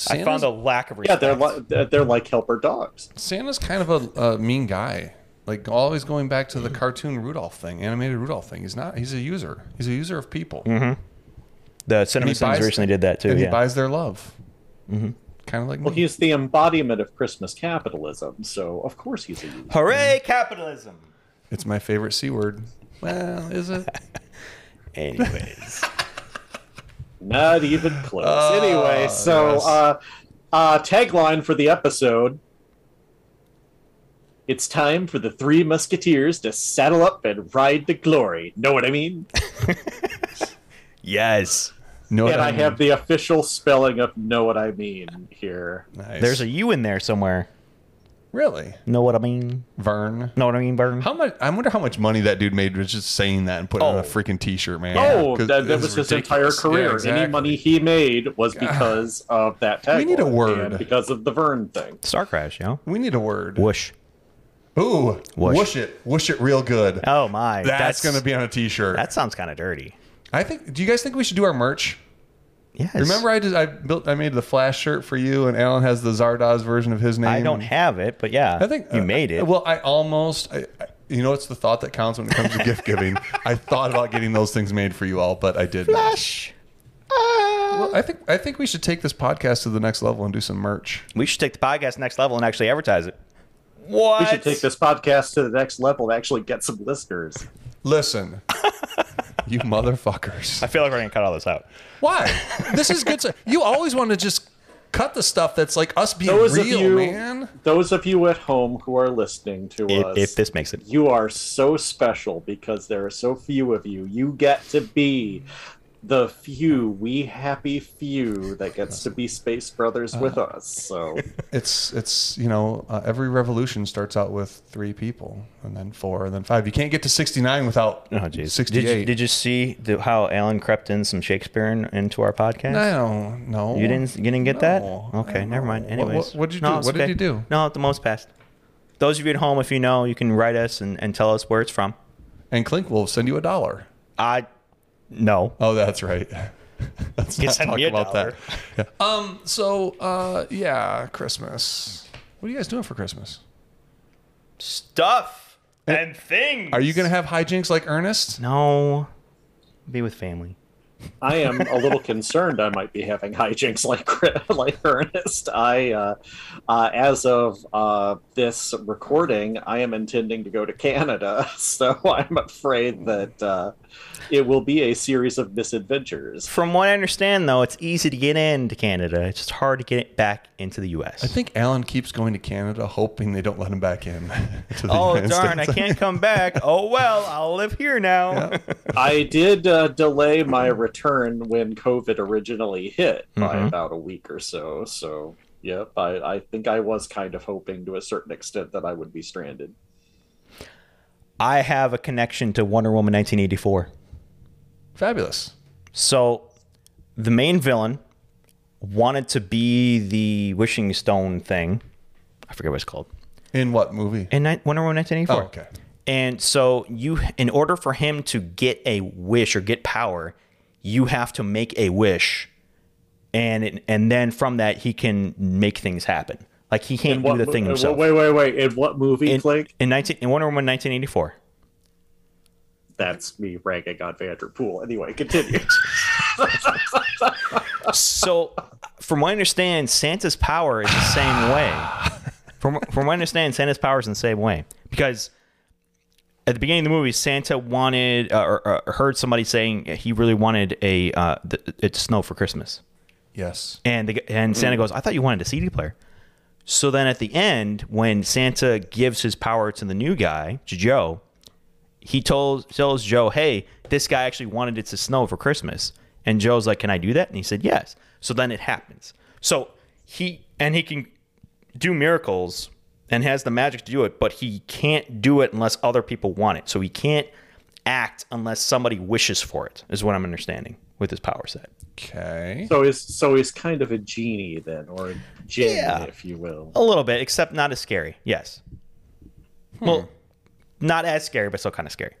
S2: I found a lack of
S3: yeah,
S2: respect.
S3: they're li- they're- they're like helper dogs.
S1: Santa's kind of a, a mean guy. Like always going back to the cartoon Rudolph thing, animated Rudolph thing. He's not. He's a user. He's a user
S3: Mm-hmm.
S1: of people.
S2: the Cinnamon
S1: buys-
S2: Sins recently did that too.
S1: And he
S2: yeah.
S1: buys their love. kind of like
S3: Mm-hmm. Well,
S1: me.
S3: he's the embodiment of Christmas capitalism, so of course he's a user.
S2: Hooray, capitalism!
S1: It's my favorite C word. Well, is
S3: [laughs]
S1: it?
S2: Anyways,
S3: Not even close. anyway, so
S1: Ah, yes.
S3: uh, uh, tagline for the episode: It's time for the three musketeers to saddle up and ride to glory. Know what I mean?
S2: [laughs] yes.
S1: No,
S3: and I
S1: mean.
S3: have the official spelling of "Know What I Mean" here.
S1: Nice.
S2: There's a U in there somewhere.
S1: really
S2: Know what I mean?
S1: Vern.
S2: Know what I mean, Burton?
S1: How much? I wonder how much money that dude made was just saying that and putting on a
S2: Oh.
S1: freaking T-shirt, man.
S3: Oh,
S1: 'Cause
S3: that, that
S1: it's
S3: was his entire
S1: ridiculous. Yeah,
S3: career.
S1: exactly.
S3: Any money he made was because of that tagline.
S1: We need a word.
S3: and because of the Vern thing.
S2: Star Crash, yo.
S1: We need a word.
S2: Whoosh.
S1: Ooh,
S2: Whoosh.
S1: whoosh it, whoosh it real good.
S2: Oh my.
S1: that's, gonna be on a T-shirt.
S2: That sounds kind of dirty.
S1: I think. Do you guys think we should do our merch?
S2: Yes.
S1: Remember, I did. I built. I made the Flash shirt for you, and Alan has the Zardoz version of his name.
S2: I don't have it, but yeah.
S1: I think
S2: you
S1: uh,
S2: made it.
S1: Well, I almost. I, I, you know, it's the thought that counts when it comes to gift giving.
S2: [laughs]
S1: I thought about getting those things made for you all, but I did. not.
S2: Flash. Ah.
S1: Well, I think I think we should take this podcast to the next level and do some merch.
S2: we should take the podcast next level and actually advertise it. What?
S3: We should take this podcast to the next level to actually get some listeners.
S2: [laughs]
S1: Listen, you motherfuckers.
S2: I feel like we're gonna cut all this out.
S1: Why? This is good. stuff. you always want to just cut the stuff that's like us being
S3: Those of
S1: real,
S3: you-
S1: man.
S3: Those of you at home who are listening to us,
S2: If, if this makes it.
S3: you are so special because there are so few of you. You get to be the few, we happy few that gets to be Space Brothers
S2: Uh.
S3: with us. So
S1: It's it's you know uh, every revolution starts out with three people and then four and then five. You can't get to sixty nine without
S2: Oh jeez. Did you,
S1: sixty-eight.
S2: did you see the, how Alan crept in some Shakespeare in, into our podcast?
S1: I don't know.
S2: You didn't you didn't get
S1: No,
S2: that? Okay,
S1: no.
S2: never mind.
S1: What-
S2: Anyways,
S1: what- what'd you do?
S2: it's
S1: What did you do?
S2: No, the most passed. Those of you at home, if you know, you can write us and, and tell us where it's from.
S1: And Clink will send you a dollar.
S2: I no.
S1: Oh, that's right. [laughs] Let's
S2: You
S1: not
S2: send
S1: talk
S2: me a
S1: about
S2: dollar.
S1: that. [laughs] Yeah. Um. So, uh, yeah, Christmas. What are you guys doing for Christmas?
S2: Stuff and things.
S1: Are you gonna have hijinks like Ernest?
S2: No. Be with family.
S3: I am a little concerned I might be having hijinks like [laughs] like Ernest. I, uh, uh, as of uh, this recording, I am intending to go to Canada, [laughs] so I'm afraid that uh, it will be a series of misadventures.
S2: From what I understand though, it's easy to get into Canada. It's just hard to get it back into the US.
S1: I think Alan keeps going to Canada, hoping they don't let him back in. [laughs] to the
S2: oh
S1: United
S2: darn, I
S1: States. [laughs]
S2: can't come back. Oh well, I'll live here now.
S3: I did uh, delay my return when COVID originally hit by
S2: Mhm.
S3: about a week or so. So, yep, I, I think I was kind of hoping to a certain extent that I would be stranded.
S2: I have a connection to Wonder Woman 1984.
S1: Fabulous.
S2: So the main villain wanted to be the wishing stone thing. I forget what it's called.
S1: In what movie?
S2: In ni- Wonder Woman 1984.
S1: Oh, okay.
S2: And so you in order for him to get a wish or get power, you have to make a wish. And it, and then from that he can make things happen. Like he can't do
S3: What
S2: the
S3: mo-
S2: thing
S3: uh,
S2: himself.
S3: Wait, wait, wait. In what movie,
S2: in,
S3: Flake?
S2: in 19 in Wonder Woman 1984.
S3: that's me ranking on Vanderpool.
S2: [laughs]
S3: Anyway, continue.
S2: so from what I understand, Santa's power is the same way. From from what I understand, Santa's power is in the same way because at the beginning of the movie, Santa wanted uh, or, or heard somebody saying he really wanted a uh, th- it to snow for Christmas,
S1: Yes.
S2: and the, g- and Santa goes, "I thought you wanted a CD player." So then at the end, when Santa gives his power to the new guy, to Joe, he told tells Joe, "Hey, this guy actually wanted it to snow for Christmas." And Joe's like, "Can I do that?" And he said, "Yes." So then it happens. So he and he can do miracles and has the magic to do it, but he can't do it unless other people want it. So he can't act unless somebody wishes for it. Is what I'm understanding with his power set.
S1: Okay.
S3: so he's so he's kind of a genie then, or a jinn,
S2: Yeah.
S3: if you will.
S2: A little bit, except not as scary. Yes. Well, not as scary, but still kind of scary.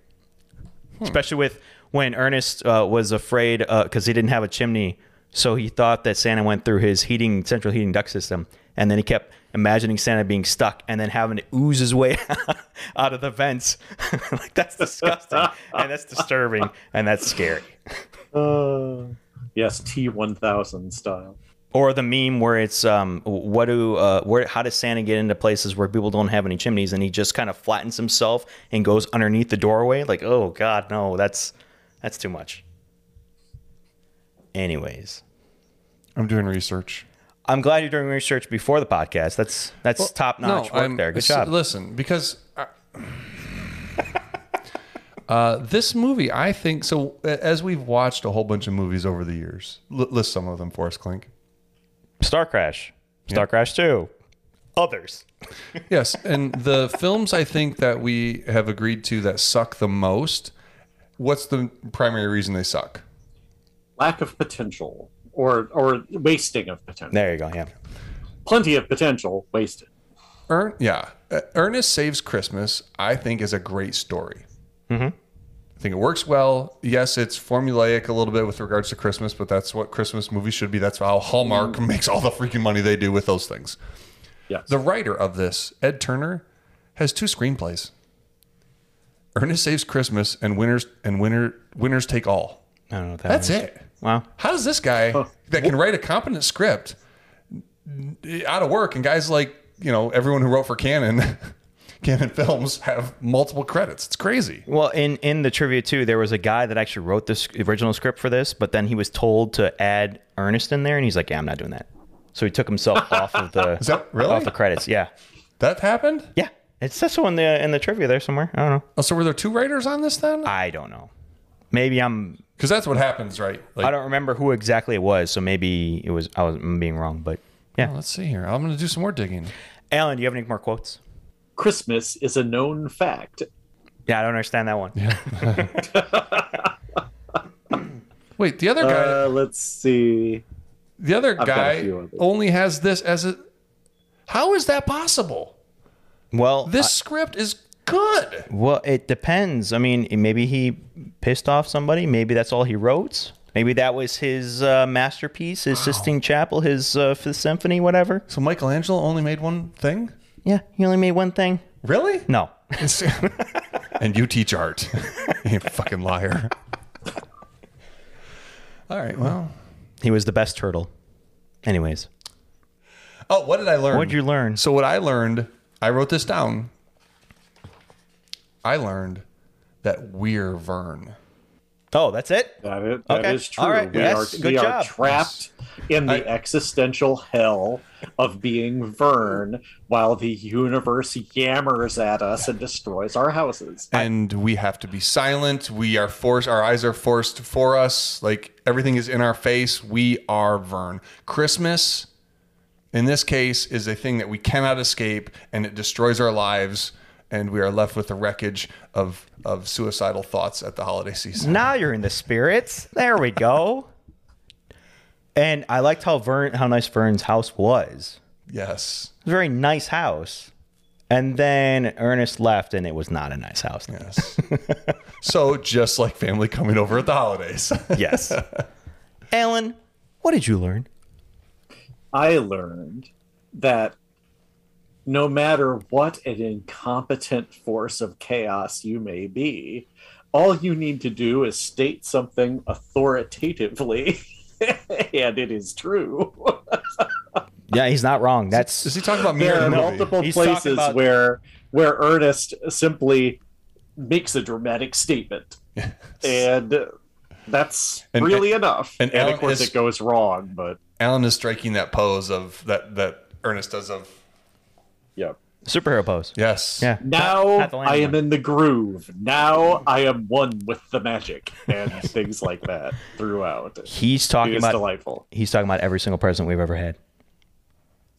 S2: Especially with when Ernest uh, was afraid because he didn't have a chimney, so he thought that Santa went through his heating central heating duct system, and then he kept imagining Santa being stuck and then having to ooze his way [laughs] out of the vents. [laughs] like that's disgusting and that's disturbing and that's scary.
S3: Uh, yes, T one thousand style.
S2: Or the meme where it's um, what do uh, where how does Santa get into places where people don't have any chimneys and he just kind of flattens himself and goes underneath the doorway like oh god no that's that's too much. Anyways,
S1: I'm doing research.
S2: I'm glad you're doing research before the podcast. That's that's top notch work there. Good
S1: s-
S2: job.
S1: Listen, because I, [laughs] uh, this movie, I think so. a- As we've watched a whole bunch of movies over the years, l- list some of them for us, Clink.
S2: Star Crash, Star Crash Two, others.
S1: Yes, and the films I think that we have agreed to that suck the most. What's the primary reason they suck?
S3: Lack of potential or or wasting of potential.
S2: There you go. Yeah.
S3: Plenty of potential wasted.
S1: Ern, yeah, Uh, Ernest Saves Christmas. I think is a great story. Mm-hmm. I think it works well. Yes, it's formulaic a little bit with regards to Christmas, but that's what Christmas movies should be. That's how Hallmark makes all the freaking money they do with those things.
S3: Yes.
S1: The writer of this, Ed Turner, has two screenplays: Ernest Saves Christmas and Winners and Winner Winners Take All.
S2: I don't know what that
S1: That's
S2: was.
S1: it.
S2: Wow.
S1: How does this guy that can write a competent script out of work and guys like, you know, everyone who wrote for Canon, [laughs] Canon Films have multiple credits. It's crazy.
S2: Well, in in the trivia too, there was a guy that actually wrote this original script for this, but then he was told to add Ernest in there, and he's like, "Yeah, I'm not doing that." So he
S1: [laughs]
S2: took himself off of the
S1: Is that really?
S2: off the credits. Yeah,
S1: That happened?
S2: yeah. It's this one in the in the trivia there somewhere. I don't know.
S1: Oh, so were there two writers on this then?
S2: I don't know. Maybe I'm.
S1: Because that's what happens, right?
S2: I
S1: Like,
S2: don't remember who exactly it was. So maybe it was I was I'm being wrong. But yeah,
S1: let's see here. I'm going to do some more digging.
S2: Alan, do you have any more quotes?
S3: Christmas is a known fact.
S2: Yeah, I don't understand that one.
S1: Wait, the other guy,
S3: Uh, let's see.
S1: the other
S3: got a
S1: guy
S3: few of these.
S1: only has this as a. How is that possible?
S2: Well,
S1: This script is good.
S2: Well, it depends. I mean, maybe he pissed off somebody. Maybe that's all he wrote. Maybe that was his uh, masterpiece, his Sistine Chapel, his uh, Fifth Symphony, whatever.
S1: So Michelangelo only made one thing?
S2: Yeah, he only made one thing.
S1: Really?
S2: No. [laughs]
S1: [laughs] and you teach art. you fucking liar. All right. Well.
S2: he was the best turtle. Anyways,
S1: Oh, what did I learn?
S2: what'd you learn?
S1: So what I learned, I wrote this down. I learned that we're Vern.
S2: Oh, that's it?
S3: That is, that
S2: Okay.
S3: is true.
S2: All right.
S3: We
S2: Yes.
S3: are,
S2: Good
S3: we
S2: job.
S3: are trapped in the existential hell of being Vern while the universe yammers at us and destroys our houses.
S1: And we have to be silent. We are forced. Our eyes are forced for us. Like everything is in our face. We are Vern. Christmas, in this case, is a thing that we cannot escape, and it destroys our lives. And we are left with the wreckage of of suicidal thoughts at the holiday season.
S2: Now you're in the spirits. There we go. [laughs] And I liked how Vern, how nice Vern's house was.
S1: Yes.
S2: It was a very nice house. And then Ernest left, and it was not a nice house.
S1: Yes. so just like family coming over at the holidays. [laughs]
S2: Yes. [laughs] Alan, what did you learn?
S3: I learned that no matter what an incompetent force of chaos you may be, all you need to do is state something authoritatively, [laughs] and it is true.
S2: Yeah, he's not wrong. That's
S1: Is he talking about me
S3: there
S1: or
S3: are
S1: the movie?
S3: multiple
S2: He's talking
S3: places
S2: about-
S3: where where Ernest simply makes a dramatic statement, and that's
S1: And- e-,
S3: really enough.
S1: and
S3: And,
S1: Alan
S3: of course,
S1: is-
S3: it goes wrong. But
S1: Alan is striking that pose of that that Ernest does of
S3: yeah,
S2: superhero pose.
S1: yes.
S2: Yeah.
S3: now
S2: Not the
S3: I am
S2: landlord.
S3: in the groove. Now I am one with the magic and [laughs] things like that throughout. It
S2: He's talking
S3: is
S2: about
S3: delightful.
S2: he's talking about every single president we've ever had.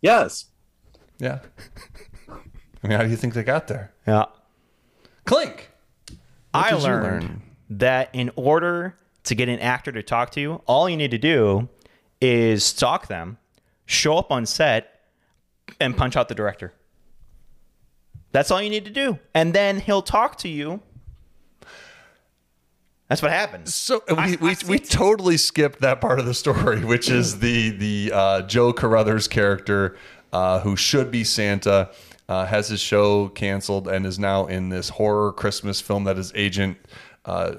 S3: Yes,
S1: Yeah. I mean, how do you think they got there?
S2: Yeah.
S1: Clink.
S2: I
S1: did you
S2: learned
S1: learn?
S2: that in order to get an actor to talk to you, all you need to do is stalk them, show up on set, and punch out the director. That's all you need to do. And then he'll talk to you. That's what happens.
S1: So we, we, we totally skipped that part of the story, [laughs] which is the the uh, Joe Carruthers character uh, who should be Santa. Uh, has his show canceled and is now in this horror Christmas film that his agent uh,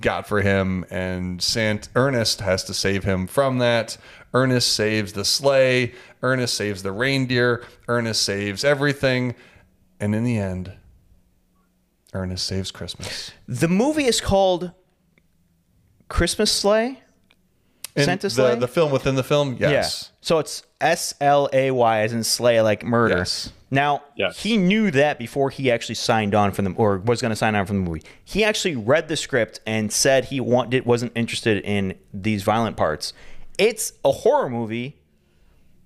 S1: got for him, and Sant Ernest has to save him from that. Ernest saves the sleigh. Ernest saves the reindeer. Ernest saves everything, and in the end, Ernest saves Christmas.
S2: The movie is called Christmas Sleigh.
S1: In
S2: Santa's
S1: the,
S2: sleigh?
S1: the film within the film, yes.
S2: Yeah. So it's S L A Y as in slay like murder.
S1: Yes.
S2: Now
S3: Yes.
S2: he knew that before he actually signed on for the or was going to sign on for the movie. He actually read the script and said he wanted wasn't interested in these violent parts. It's a horror movie.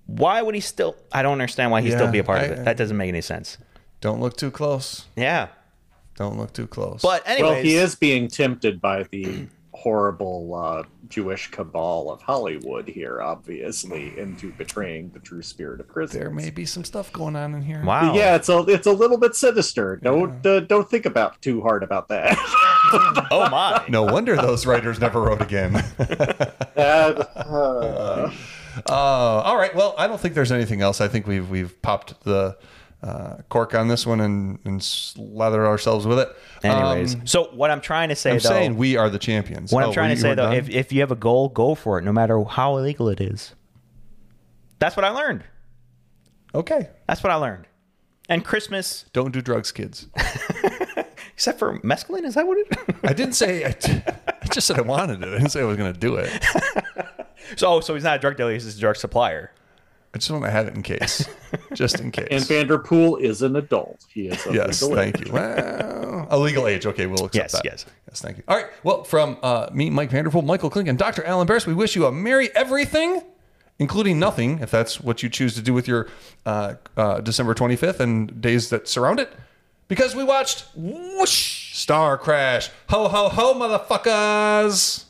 S2: Why would he still? I don't understand why he would
S1: Yeah,
S2: still be a part of
S1: I-
S2: it. That doesn't make any sense.
S1: Don't look too close.
S2: Yeah.
S1: Don't look too close.
S2: But anyways,
S3: Well, he is being tempted by the [clears throat] horrible uh, Jewish cabal of Hollywood here, obviously, into betraying the true spirit of Christmas.
S1: there may be some stuff going on in here.
S2: Wow.
S3: Yeah, it's a it's a little bit sinister. Don't uh, don't think about too hard about that. [laughs]
S2: Oh
S1: [laughs]
S2: my.
S1: No wonder those writers never wrote
S2: [laughs]
S1: again.
S3: That,
S1: [laughs]
S3: uh,
S1: Uh, all right. Well, I don't think there's anything else. I think we've we've popped the uh, cork on this one and, and slathered ourselves with it.
S2: Anyways,
S1: Um,
S2: so what I'm trying to say
S1: I'm
S2: though,
S1: saying we are the champions.
S2: What I'm
S1: Oh,
S2: trying
S1: we-
S2: to say
S1: we're
S2: though,
S1: done?
S2: if, if you have a goal, go for it, no matter how illegal it is. That's what I learned.
S1: okay,
S2: That's what I learned. And Christmas,
S1: don't do drugs, kids.
S2: except for mescaline, is [laughs] that what it?
S1: I didn't say. I, t- I just said I wanted it. I didn't say I was going to do it.
S2: so, oh, so he's not a drug dealer; he's just a drug supplier.
S1: I just want to have it in case, just in case.
S3: and Vanderpool is an adult. He is a
S1: Yes,
S3: legal
S1: thank you. Well, [laughs] a legal age. Okay, we'll accept
S2: Yes,
S1: that.
S2: yes.
S1: yes, thank you. All right. Well, from uh, me, Mike Vanderpool, Michael Klink, and Dr. Alan Barris, we wish you a merry everything, including nothing, if that's what you choose to do with your uh, uh, December 25th and days that surround it, because we watched Whoosh Star Crash. Ho, ho, ho, motherfuckers.